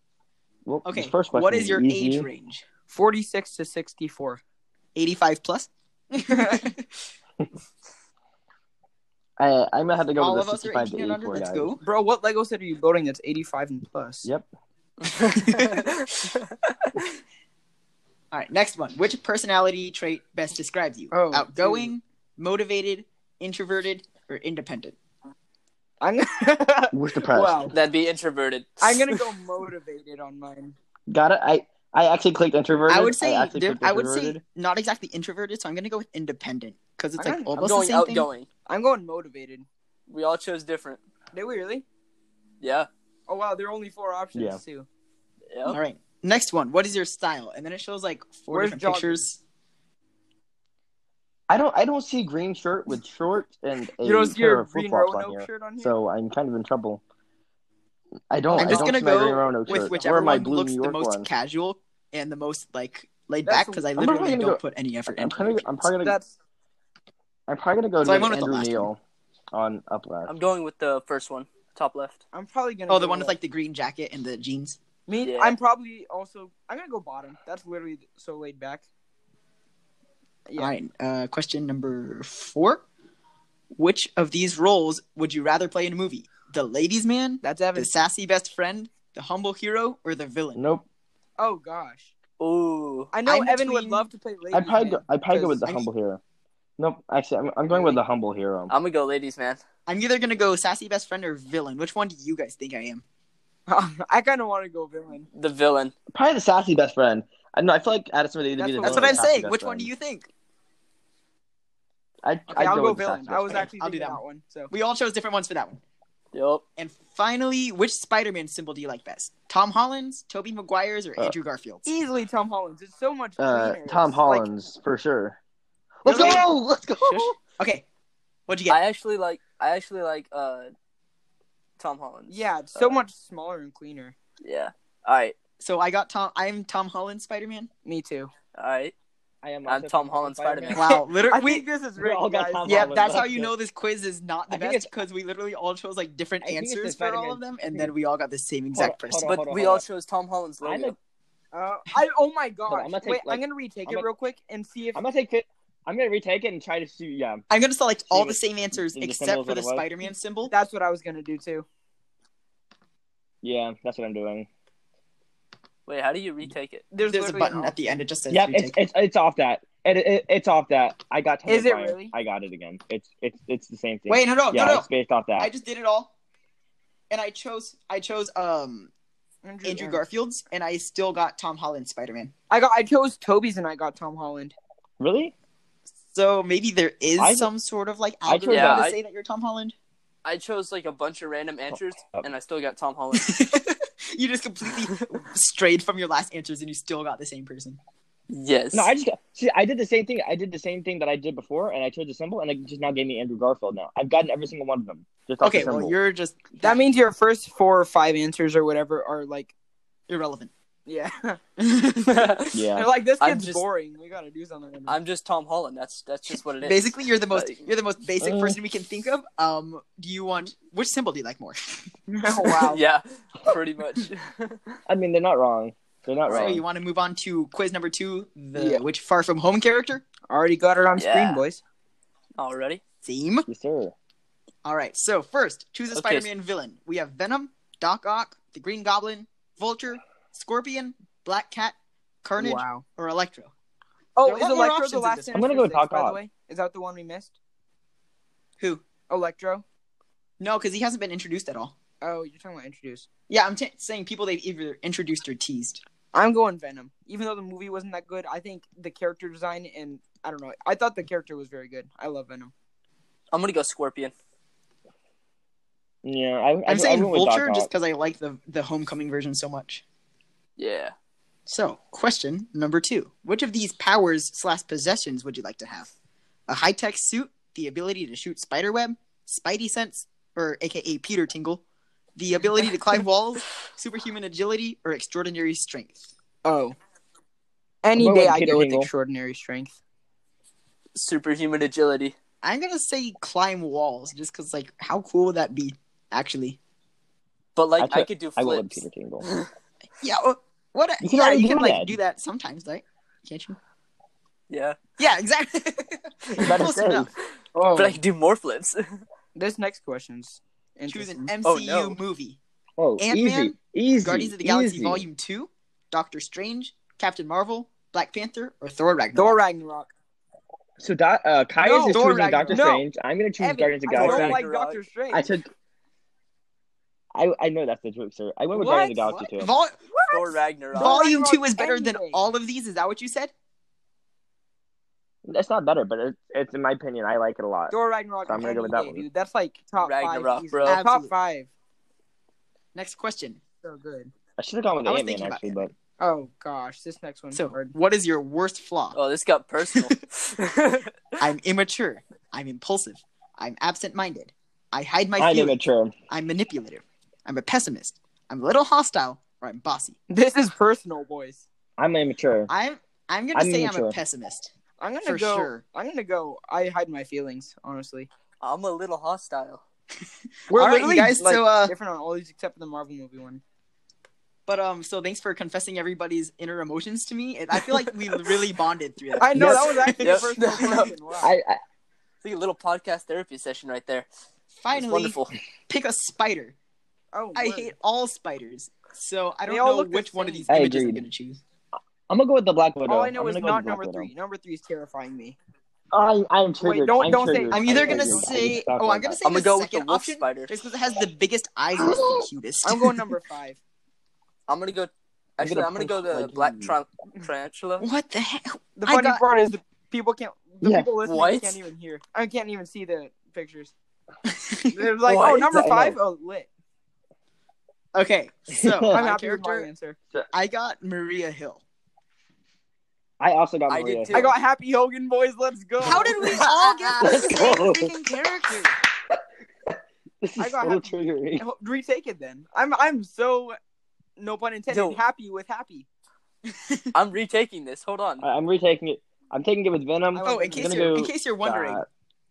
Speaker 2: Well,
Speaker 1: okay.
Speaker 2: This first question.
Speaker 1: what is your
Speaker 2: easy.
Speaker 1: age range?
Speaker 4: 46 to 64.
Speaker 1: 85 plus.
Speaker 2: I I might have to go
Speaker 1: All of
Speaker 2: with the
Speaker 1: us are
Speaker 2: 65 to
Speaker 1: 18 and under.
Speaker 2: 84
Speaker 1: Let's
Speaker 2: guys.
Speaker 1: go.
Speaker 4: Bro, what Lego set are you building that's 85 and plus?
Speaker 2: Yep.
Speaker 1: All right. Next one. Which personality trait best describes you?
Speaker 4: Oh,
Speaker 1: Outgoing, motivated, introverted, or independent?
Speaker 4: I'm
Speaker 2: Where's the press?
Speaker 4: Wow.
Speaker 3: That'd be introverted.
Speaker 4: I'm going to go motivated on mine.
Speaker 2: Got it. I I actually clicked introverted.
Speaker 1: I would say
Speaker 2: I,
Speaker 1: I,
Speaker 2: actually clicked
Speaker 1: I would say
Speaker 2: introverted.
Speaker 1: not exactly introverted, so I'm going to go with independent because it's
Speaker 4: I'm
Speaker 1: like
Speaker 4: gonna- I'm
Speaker 3: I'm
Speaker 1: almost the
Speaker 3: going
Speaker 1: same thing.
Speaker 3: outgoing.
Speaker 4: I'm going motivated.
Speaker 3: We all chose different.
Speaker 4: Did we really?
Speaker 3: Yeah.
Speaker 4: Oh wow, there are only four options
Speaker 2: Yeah.
Speaker 4: too.
Speaker 3: Yep.
Speaker 1: All right. Next one. What is your style? And then it shows like four
Speaker 4: Where's
Speaker 1: different
Speaker 4: Joggers?
Speaker 1: pictures.
Speaker 2: I don't I don't see green shirt with shorts and a
Speaker 4: You don't see
Speaker 2: pair
Speaker 4: your
Speaker 2: of
Speaker 4: green
Speaker 2: flip-flops on
Speaker 4: Roanoke
Speaker 2: here,
Speaker 4: shirt on here?
Speaker 2: so I'm kind of in trouble. I don't.
Speaker 1: I'm
Speaker 2: I
Speaker 1: just
Speaker 2: don't
Speaker 1: gonna
Speaker 2: see my
Speaker 1: go
Speaker 2: green Roanoke
Speaker 1: with
Speaker 2: shirt,
Speaker 1: whichever
Speaker 2: or my
Speaker 1: one
Speaker 2: blue
Speaker 1: looks
Speaker 2: New
Speaker 1: the
Speaker 2: York
Speaker 1: most
Speaker 2: one.
Speaker 1: casual and the most like laid
Speaker 4: That's
Speaker 1: back
Speaker 4: the-
Speaker 1: because I
Speaker 4: I'm
Speaker 2: probably
Speaker 1: literally
Speaker 2: gonna
Speaker 1: don't
Speaker 2: go-
Speaker 1: put any effort
Speaker 2: I'm
Speaker 1: into
Speaker 2: probably
Speaker 1: my
Speaker 2: I'm
Speaker 1: appearance.
Speaker 2: probably gonna
Speaker 4: That's
Speaker 2: I'm probably gonna go
Speaker 1: So I
Speaker 2: to
Speaker 1: went with the
Speaker 2: Andrew
Speaker 1: last
Speaker 2: Neil on up last.
Speaker 3: I'm going with the first one, top left.
Speaker 4: I'm probably going to
Speaker 1: Oh, the one with like the green jacket and the jeans.
Speaker 4: Me,
Speaker 3: Yeah.
Speaker 4: I'm probably also I'm going to go bottom. That's literally so laid back. Yeah.
Speaker 1: All right. Uh, question number four: Which of these roles would you rather play in a movie? The ladies' man,
Speaker 4: That's Evan.
Speaker 1: the sassy best friend, the humble hero, or the villain?
Speaker 2: Nope.
Speaker 4: Oh gosh.
Speaker 3: Ooh.
Speaker 4: I know
Speaker 1: I'm
Speaker 4: Evan would
Speaker 1: between-
Speaker 4: love to play ladies.
Speaker 2: I'd probably go,
Speaker 4: man,
Speaker 2: I'd probably go with the
Speaker 4: because-
Speaker 2: humble hero. Nope. Actually, I'm, I'm going with the humble hero.
Speaker 3: I'm gonna go ladies, man.
Speaker 1: I'm either gonna go sassy best friend or villain. Which one do you guys think I am?
Speaker 4: I kind of want to go villain.
Speaker 3: The villain.
Speaker 2: Probably the sassy best friend. I know. I feel like Addison would either be
Speaker 4: That's
Speaker 1: That's
Speaker 2: the villain
Speaker 4: what-
Speaker 1: what
Speaker 2: or
Speaker 1: I'm
Speaker 2: sassy
Speaker 1: saying.
Speaker 2: best
Speaker 1: Which one
Speaker 2: friend.
Speaker 1: do you think?
Speaker 2: I
Speaker 4: Okay,
Speaker 2: go,
Speaker 4: I'll go
Speaker 2: with the
Speaker 4: villain.
Speaker 2: sassy
Speaker 4: I
Speaker 2: best
Speaker 4: was
Speaker 2: friend.
Speaker 4: actually
Speaker 1: I'll do
Speaker 4: thinking
Speaker 1: that
Speaker 4: that one. So
Speaker 1: We all chose different ones for that one.
Speaker 3: Yup.
Speaker 1: And finally, which Spider-Man symbol do you like best? Tom Holland's, Tobey Maguire's, or
Speaker 2: Uh,
Speaker 1: Andrew Garfield's?
Speaker 4: easily Tom Holland's. It's so much.
Speaker 2: Uh,
Speaker 4: cleaner.
Speaker 2: Tom
Speaker 4: It's
Speaker 2: Holland's for sure. Let's
Speaker 1: Really?
Speaker 2: go! Let's go!
Speaker 3: Shush.
Speaker 1: Okay, what'd you get?
Speaker 3: I actually like. I actually like uh, Tom Holland.
Speaker 4: Like, yeah, it's so
Speaker 3: Uh,
Speaker 4: much smaller and cleaner.
Speaker 3: Yeah. All right.
Speaker 1: so I got Tom. I'm Tom Holland Spider-Man.
Speaker 4: Me too.
Speaker 3: All right.
Speaker 2: I am
Speaker 3: I'm
Speaker 2: also
Speaker 3: Tom Holland Spider-Man.
Speaker 1: Wow,
Speaker 4: I
Speaker 1: literally.
Speaker 4: think this is
Speaker 2: we
Speaker 4: rigged,
Speaker 2: all got
Speaker 4: guys.
Speaker 2: Tom
Speaker 1: yeah,
Speaker 2: Holland,
Speaker 1: that's how
Speaker 2: that's
Speaker 1: you
Speaker 2: good.
Speaker 1: know this quiz is not the
Speaker 2: I think
Speaker 1: best because we literally all chose like different
Speaker 2: I think it's the
Speaker 1: answers for all
Speaker 2: Spider-Man.
Speaker 1: of them, and then we all got the same
Speaker 2: on,
Speaker 1: exact
Speaker 2: hold
Speaker 1: person.
Speaker 2: on.
Speaker 3: But we all chose Tom Holland's
Speaker 2: I'm
Speaker 3: logo.
Speaker 2: a-
Speaker 4: Uh, I oh my gosh!
Speaker 2: I'm gonna take,
Speaker 4: Wait,
Speaker 2: like-
Speaker 4: I'm gonna retake
Speaker 2: I'm
Speaker 4: it
Speaker 2: gonna-
Speaker 4: real quick and see if
Speaker 2: I'm gonna take. Fit- I'm gonna retake it and try to see. Yeah,
Speaker 1: I'm gonna select all
Speaker 2: Same
Speaker 1: the same answers
Speaker 2: same
Speaker 1: except
Speaker 2: symbols
Speaker 1: for the
Speaker 2: that it was.
Speaker 1: Spider-Man symbol.
Speaker 4: that's what I was gonna do too.
Speaker 2: yeah, that's what I'm doing.
Speaker 3: Wait, how do you retake it?
Speaker 4: There's,
Speaker 1: There's a
Speaker 4: literally an
Speaker 1: button at the end. It just says
Speaker 2: Yep, it's,
Speaker 1: retake.
Speaker 2: it's it's off that. It, it it's off that. I got. Tobey
Speaker 4: Is it
Speaker 2: Maguire.
Speaker 4: really?
Speaker 2: I got it again. It's it's it's the same thing.
Speaker 1: Wait, no, no,
Speaker 2: yeah,
Speaker 1: Oh, no, no.
Speaker 2: it's based off that.
Speaker 1: I just did it all, and I chose I chose um
Speaker 4: option.
Speaker 1: Andrew
Speaker 4: Garfield.
Speaker 1: Garfield's, and I still got Tom Holland Spider-Man.
Speaker 4: I got I chose Toby's and I got Tom Holland.
Speaker 2: really?
Speaker 1: So maybe there is
Speaker 2: I-
Speaker 1: some sort of like
Speaker 2: I
Speaker 1: algorithm
Speaker 2: chose
Speaker 3: that.
Speaker 1: to
Speaker 3: I-
Speaker 1: say that you're Tom Holland.
Speaker 3: I chose like a bunch of random answers,
Speaker 2: Oh, oh.
Speaker 3: and I still got Tom Holland.
Speaker 1: you just completely strayed from your last answers, and you still got the same person.
Speaker 3: yes.
Speaker 2: No, I just got- see. I did the same thing. I did the same thing that I did before, and I chose the symbol, and it just now gave me Andrew Garfield. Now I've gotten every single one of them. Just off
Speaker 1: Okay,
Speaker 2: the
Speaker 1: well
Speaker 2: symbol.
Speaker 1: you're just
Speaker 4: That means your first four or five answers or whatever are like
Speaker 1: irrelevant.
Speaker 4: yeah.
Speaker 2: yeah.
Speaker 4: They're like this
Speaker 3: I'm
Speaker 4: kid's
Speaker 3: just-
Speaker 4: boring. We gotta do something. with him.
Speaker 3: I'm just Tom Holland. That's that's just what it is.
Speaker 1: Basically, you're the most
Speaker 3: Like-
Speaker 1: you're the most basic
Speaker 2: Uh.
Speaker 1: person we can think of. Um, do you want which symbol do you like more?
Speaker 4: Oh, wow.
Speaker 3: yeah, pretty much.
Speaker 2: I mean, they're not wrong. They're not
Speaker 1: So
Speaker 2: wrong.
Speaker 1: Oh, you want to move on to quiz number two, the
Speaker 4: Yeah.
Speaker 1: which Far From Home character?
Speaker 4: Already got it on
Speaker 3: Yeah.
Speaker 4: screen, boys.
Speaker 3: Already.
Speaker 1: Theme.
Speaker 2: yes, sir.
Speaker 1: All right. So first, choose a
Speaker 3: Okay.
Speaker 1: Spider-Man villain. We have Venom, Doc Ock, the Green Goblin, Vulture, Scorpion, Black Cat, Carnage,
Speaker 4: Wow.
Speaker 1: or Electro. There
Speaker 4: Oh,
Speaker 1: are a
Speaker 4: is
Speaker 1: lot more
Speaker 4: Electro
Speaker 1: options
Speaker 4: the
Speaker 1: in
Speaker 4: last?
Speaker 1: this.
Speaker 2: I'm gonna
Speaker 4: answer
Speaker 2: go
Speaker 4: six,
Speaker 2: Doc
Speaker 4: By the
Speaker 2: Ock.
Speaker 4: way, is that the one we missed?
Speaker 1: Who?
Speaker 4: Electro.
Speaker 1: No, because he hasn't been introduced at all.
Speaker 4: Oh, you're talking about introduced.
Speaker 1: Yeah, I'm t- saying people they've either introduced or teased.
Speaker 4: I'm going Venom. Even though the movie wasn't that good, I think the character design and I don't know. I thought the character was very good. I love Venom.
Speaker 3: I'm gonna go Scorpion.
Speaker 2: Yeah, I, I,
Speaker 1: I'm saying
Speaker 2: I went with Doc
Speaker 1: Vulture
Speaker 2: Ock.
Speaker 1: just because I like the the Homecoming version so much.
Speaker 3: Yeah.
Speaker 1: So, question number two: Which of these powers slash possessions would you like to have? A high tech suit, the ability to shoot spider web, Spidey sense, or AKA Peter Tingle, the ability to climb walls, superhuman agility, or extraordinary strength.
Speaker 4: Oh. Any
Speaker 2: I'm going
Speaker 4: day
Speaker 2: with
Speaker 4: I
Speaker 2: Peter
Speaker 4: go with
Speaker 2: Dingle.
Speaker 4: extraordinary strength.
Speaker 3: Superhuman agility.
Speaker 1: I'm gonna say climb walls, just because like how cool would that be? Actually,
Speaker 3: But like
Speaker 2: I
Speaker 3: I,
Speaker 2: took-
Speaker 3: could do
Speaker 2: I went with
Speaker 3: flips.
Speaker 2: Peter Tingle.
Speaker 1: yeah, well, what?
Speaker 2: You can
Speaker 1: yeah,
Speaker 2: already
Speaker 1: you can
Speaker 2: do
Speaker 1: like
Speaker 2: that.
Speaker 1: do that sometimes, right? Can't you?
Speaker 3: yeah.
Speaker 1: Yeah, exactly.
Speaker 2: That is
Speaker 1: Close
Speaker 2: great.
Speaker 1: enough.
Speaker 4: Oh.
Speaker 3: But I could do more flips.
Speaker 4: This next question's
Speaker 1: Choose
Speaker 4: interesting.
Speaker 1: an MCU
Speaker 3: Oh, no.
Speaker 1: movie.
Speaker 2: Oh,
Speaker 1: Ant-Man,
Speaker 2: easy, easy.
Speaker 1: Guardians of the Galaxy
Speaker 2: easy.
Speaker 1: Volume 2, Doctor Strange, Captain Marvel, Black Panther, or Thor Ragnarok?
Speaker 4: Thor Ragnarok.
Speaker 2: So, Do- uh, Kai
Speaker 4: No,
Speaker 2: is
Speaker 4: Thor
Speaker 2: choosing
Speaker 4: Ragnarok.
Speaker 2: Doctor
Speaker 4: No.
Speaker 2: Strange. I'm gonna choose
Speaker 4: Evan,
Speaker 2: Guardians of the
Speaker 4: I
Speaker 2: Galaxy.
Speaker 4: don't like
Speaker 3: Ragnarok.
Speaker 4: Doctor Strange.
Speaker 2: I took. I I know that's the joke, sir. I went with
Speaker 4: What?
Speaker 2: Guardians of the Galaxy too.
Speaker 1: Vol-
Speaker 3: Thor Ragnarok.
Speaker 4: Vol-
Speaker 1: volume 2 is
Speaker 4: Ragnarok
Speaker 1: better than
Speaker 4: anything.
Speaker 1: all of these? Is that what you said?
Speaker 2: It's not better, but it's, it's in my opinion. I like it a lot.
Speaker 4: Thor Ragnarok.
Speaker 2: So I'm gonna go
Speaker 4: any
Speaker 2: with that
Speaker 4: day,
Speaker 2: one.
Speaker 4: Dude. That's like top
Speaker 3: Ragnarok,
Speaker 4: five. easy.
Speaker 3: bro.
Speaker 4: Top
Speaker 1: Absolutely.
Speaker 4: five.
Speaker 1: Next question.
Speaker 4: So good.
Speaker 2: I should have gone with
Speaker 1: I was
Speaker 2: Ant Man
Speaker 1: thinking about
Speaker 2: actually, but
Speaker 1: Ant-Man.
Speaker 4: Oh gosh, this next one's
Speaker 1: So,
Speaker 4: hard.
Speaker 1: what is your worst flaw?
Speaker 3: Oh, this got personal.
Speaker 1: I'm immature. I'm impulsive. I'm absent minded. I hide my
Speaker 2: I'm
Speaker 1: feelings.
Speaker 2: immature.
Speaker 1: I'm manipulative. I'm a pessimist. I'm a little hostile, or I'm bossy.
Speaker 4: This is personal, boys.
Speaker 2: I'm immature.
Speaker 1: I'm I'm gonna
Speaker 2: I'm
Speaker 1: say I'm
Speaker 2: immature.
Speaker 1: a pessimist.
Speaker 4: I'm gonna
Speaker 1: For
Speaker 4: go.
Speaker 1: sure.
Speaker 4: I'm gonna go. I hide my feelings, honestly.
Speaker 3: I'm a little hostile.
Speaker 4: We're
Speaker 1: All right, you
Speaker 4: literally
Speaker 1: guys,
Speaker 4: like,
Speaker 1: so, uh,
Speaker 4: different on all these except for the Marvel movie one.
Speaker 1: But um, so thanks for confessing everybody's inner emotions to me. And I feel like we really bonded through that.
Speaker 4: I know
Speaker 3: Yes.
Speaker 4: that was actually the
Speaker 3: Yes.
Speaker 4: first
Speaker 3: No, no.
Speaker 4: question. Wow.
Speaker 2: I, I
Speaker 3: It's like a little podcast therapy session right there. It's
Speaker 1: Finally,
Speaker 3: wonderful.
Speaker 1: pick a spider.
Speaker 4: oh,
Speaker 1: I
Speaker 4: word.
Speaker 1: hate all spiders, so I
Speaker 4: They
Speaker 1: don't
Speaker 4: all
Speaker 1: know
Speaker 4: look the
Speaker 1: which one of
Speaker 4: same.
Speaker 1: these
Speaker 2: I
Speaker 1: images I'm
Speaker 2: agreed.
Speaker 1: gonna choose.
Speaker 2: I'm gonna go with the Black Widow.
Speaker 4: All I know
Speaker 2: I'm
Speaker 4: is
Speaker 2: gonna go
Speaker 4: not
Speaker 2: with Black
Speaker 4: number
Speaker 2: Widow.
Speaker 4: three. Number three is terrifying me.
Speaker 2: I'm, I'm triggered.
Speaker 4: don't-
Speaker 2: I'm
Speaker 4: don't say-
Speaker 2: triggered.
Speaker 1: I'm either
Speaker 2: I'm
Speaker 1: gonna
Speaker 2: triggered. I
Speaker 1: say,
Speaker 2: just thought
Speaker 1: oh, I'm
Speaker 2: about
Speaker 1: gonna
Speaker 2: that.
Speaker 1: say
Speaker 3: I'm
Speaker 1: the
Speaker 3: gonna go with the
Speaker 1: second
Speaker 3: wolf
Speaker 1: option
Speaker 3: spider.
Speaker 1: just because it has the biggest eyes, and it's the cutest.
Speaker 4: I'm going number five.
Speaker 3: I'm gonna go.
Speaker 2: I'm
Speaker 3: Actually,
Speaker 2: gonna
Speaker 3: I'm gonna go
Speaker 2: punch
Speaker 3: the
Speaker 2: like
Speaker 3: black
Speaker 2: you.
Speaker 3: tra- tarantula.
Speaker 1: What the heck?
Speaker 4: The
Speaker 1: I
Speaker 4: funny
Speaker 1: got-
Speaker 4: part is the people can't. The
Speaker 2: Yeah.
Speaker 4: people listening
Speaker 3: What?
Speaker 4: can't even hear. I can't even see the pictures. They're like, oh,
Speaker 3: What?
Speaker 4: number
Speaker 2: Yeah, I know.
Speaker 4: five. Oh, lit.
Speaker 1: Okay, so
Speaker 4: I'm
Speaker 1: Oh, my
Speaker 4: happy with my
Speaker 1: character,
Speaker 4: answer.
Speaker 1: I got Maria Hill.
Speaker 2: I also got
Speaker 3: I did
Speaker 2: Maria.
Speaker 3: too.
Speaker 4: I got Happy Hogan boys. Let's go.
Speaker 1: How did we all get the
Speaker 2: Let's
Speaker 1: same
Speaker 2: go.
Speaker 1: freaking character?
Speaker 2: This is
Speaker 4: I got
Speaker 2: so
Speaker 4: happy-
Speaker 2: triggering.
Speaker 4: retake it then? I'm I'm so no pun intended.
Speaker 3: Yo.
Speaker 4: Happy with happy.
Speaker 3: I'm retaking this. Hold on.
Speaker 2: I- I'm retaking it. I'm taking it with Venom.
Speaker 4: I
Speaker 1: Oh, in
Speaker 4: I'm
Speaker 1: case
Speaker 2: gonna
Speaker 1: you're
Speaker 2: go,
Speaker 1: in case you're wondering,
Speaker 2: Uh,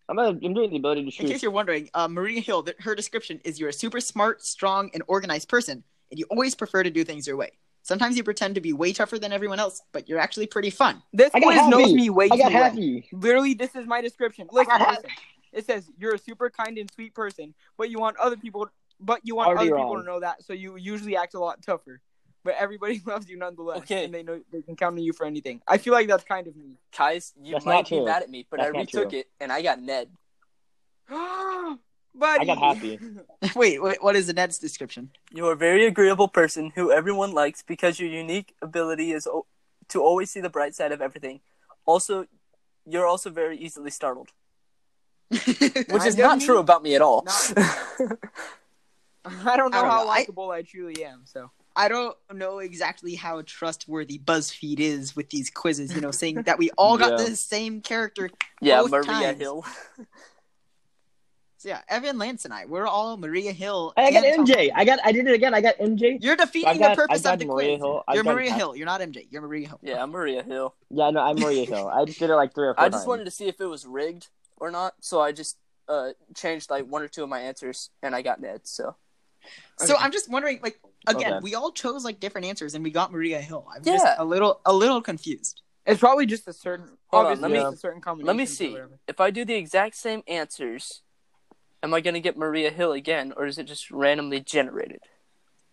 Speaker 2: I'm, gonna, I'm doing the ability to
Speaker 1: in case
Speaker 2: shoot.
Speaker 1: you're wondering, uh, Maria Hill, th- her description is you're a super smart, strong, and organized person, and you always prefer to do things your way. Sometimes you pretend to be way tougher than everyone else, but you're actually pretty fun.
Speaker 4: This
Speaker 2: I got
Speaker 4: quiz
Speaker 2: happy.
Speaker 4: knows me way
Speaker 2: I
Speaker 4: too
Speaker 2: got
Speaker 4: well.
Speaker 2: happy.
Speaker 4: Literally, this is my description. Listen,
Speaker 2: got
Speaker 4: listen. It says you're a super kind and sweet person, but you want other people, but you want
Speaker 2: Already
Speaker 4: other
Speaker 2: wrong.
Speaker 4: people to know that, so you usually act a lot tougher. But everybody loves you nonetheless,
Speaker 3: Okay.
Speaker 4: and they know they can count on you for anything. I feel like that's kind of me.
Speaker 3: Guys, you
Speaker 2: That's
Speaker 3: might
Speaker 2: not
Speaker 3: be
Speaker 2: true.
Speaker 3: mad at me, but
Speaker 2: That's
Speaker 3: I
Speaker 2: not
Speaker 3: retook
Speaker 2: true.
Speaker 3: it and I got Ned.
Speaker 4: Buddy.
Speaker 2: I got happy.
Speaker 1: wait, wait, what is Ned's description?
Speaker 3: You're a very agreeable person who everyone likes because your unique ability is o- to always see the bright side of everything. Also, you're also very easily startled, which is
Speaker 4: I
Speaker 3: not
Speaker 4: mean-
Speaker 3: true about me at all.
Speaker 4: I don't know
Speaker 1: I don't know.
Speaker 4: how
Speaker 1: I-
Speaker 4: likable I truly am. So
Speaker 1: I don't know exactly how trustworthy BuzzFeed is with these quizzes, you know, saying that we all got
Speaker 2: Yeah.
Speaker 1: the same character.
Speaker 3: yeah,
Speaker 1: Both
Speaker 3: Maria
Speaker 1: times.
Speaker 3: Hill.
Speaker 1: So yeah, Evan Lance and I, we're all Maria Hill.
Speaker 2: I got
Speaker 1: and Tom
Speaker 2: MJ.
Speaker 1: Holland.
Speaker 2: I got. I did it again. I got MJ.
Speaker 1: You're
Speaker 2: I
Speaker 1: defeating
Speaker 2: got.
Speaker 1: the purpose
Speaker 2: I got
Speaker 1: of the
Speaker 2: Maria
Speaker 1: quiz.
Speaker 2: Hill. I
Speaker 1: You're
Speaker 2: got
Speaker 1: Maria
Speaker 2: Cap-
Speaker 1: Hill. You're not MJ. You're Maria Hill.
Speaker 3: Yeah, I'm Maria Hill.
Speaker 2: Yeah, no, I'm Maria Hill. I just did it like three or four
Speaker 3: I just
Speaker 2: times.
Speaker 3: wanted to see if it was rigged or not, so I just uh, changed like one or two of my answers, and I got Ned. So
Speaker 1: So
Speaker 4: Okay.
Speaker 1: I'm just wondering, like, again,
Speaker 2: Okay.
Speaker 1: we all chose like different answers, and we got Maria Hill. I'm
Speaker 3: Yeah.
Speaker 1: just a little, a little confused.
Speaker 4: it's probably just a certain.
Speaker 3: Hold on,
Speaker 4: obviously
Speaker 2: let me-
Speaker 4: it's a certain combination.
Speaker 3: let me see if I do the exact same answers. Am I gonna get Maria Hill again, or is it just randomly generated?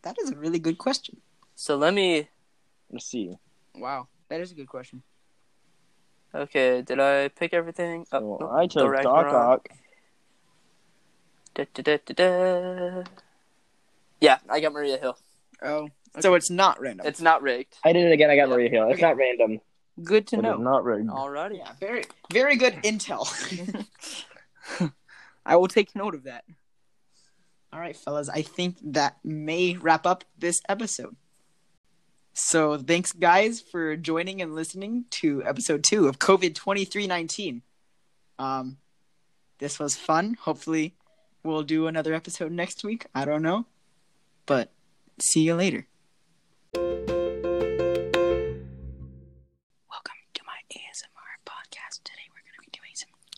Speaker 1: That is a really good question.
Speaker 3: So let me.
Speaker 2: Let's see.
Speaker 4: Wow, that is a good question.
Speaker 3: Okay, did I pick everything? Oh,
Speaker 2: Well,
Speaker 3: no,
Speaker 2: I chose
Speaker 3: Thor
Speaker 2: Doc
Speaker 3: Ragnarok.
Speaker 2: Ock.
Speaker 3: Da, da, da, da, da. Yeah, I got Maria Hill.
Speaker 4: Oh,
Speaker 1: So it's not random.
Speaker 3: It's not rigged.
Speaker 2: I did it again. I got
Speaker 3: Yeah.
Speaker 2: Maria Hill. It's
Speaker 1: Okay.
Speaker 2: not random.
Speaker 4: good to
Speaker 2: It is
Speaker 4: know.
Speaker 2: not rigged.
Speaker 3: Alrighty.
Speaker 1: yeah, very, very good intel.
Speaker 4: I will take note of that.
Speaker 1: all right, fellas, I think that may wrap up this episode. So thanks, guys, for joining and listening to episode two of COVID twenty three nineteen. Um, this was fun. Hopefully, we'll do another episode next week. I don't know, but see you later.
Speaker 5: Welcome to my ASMR podcast. Today we're going to be doing some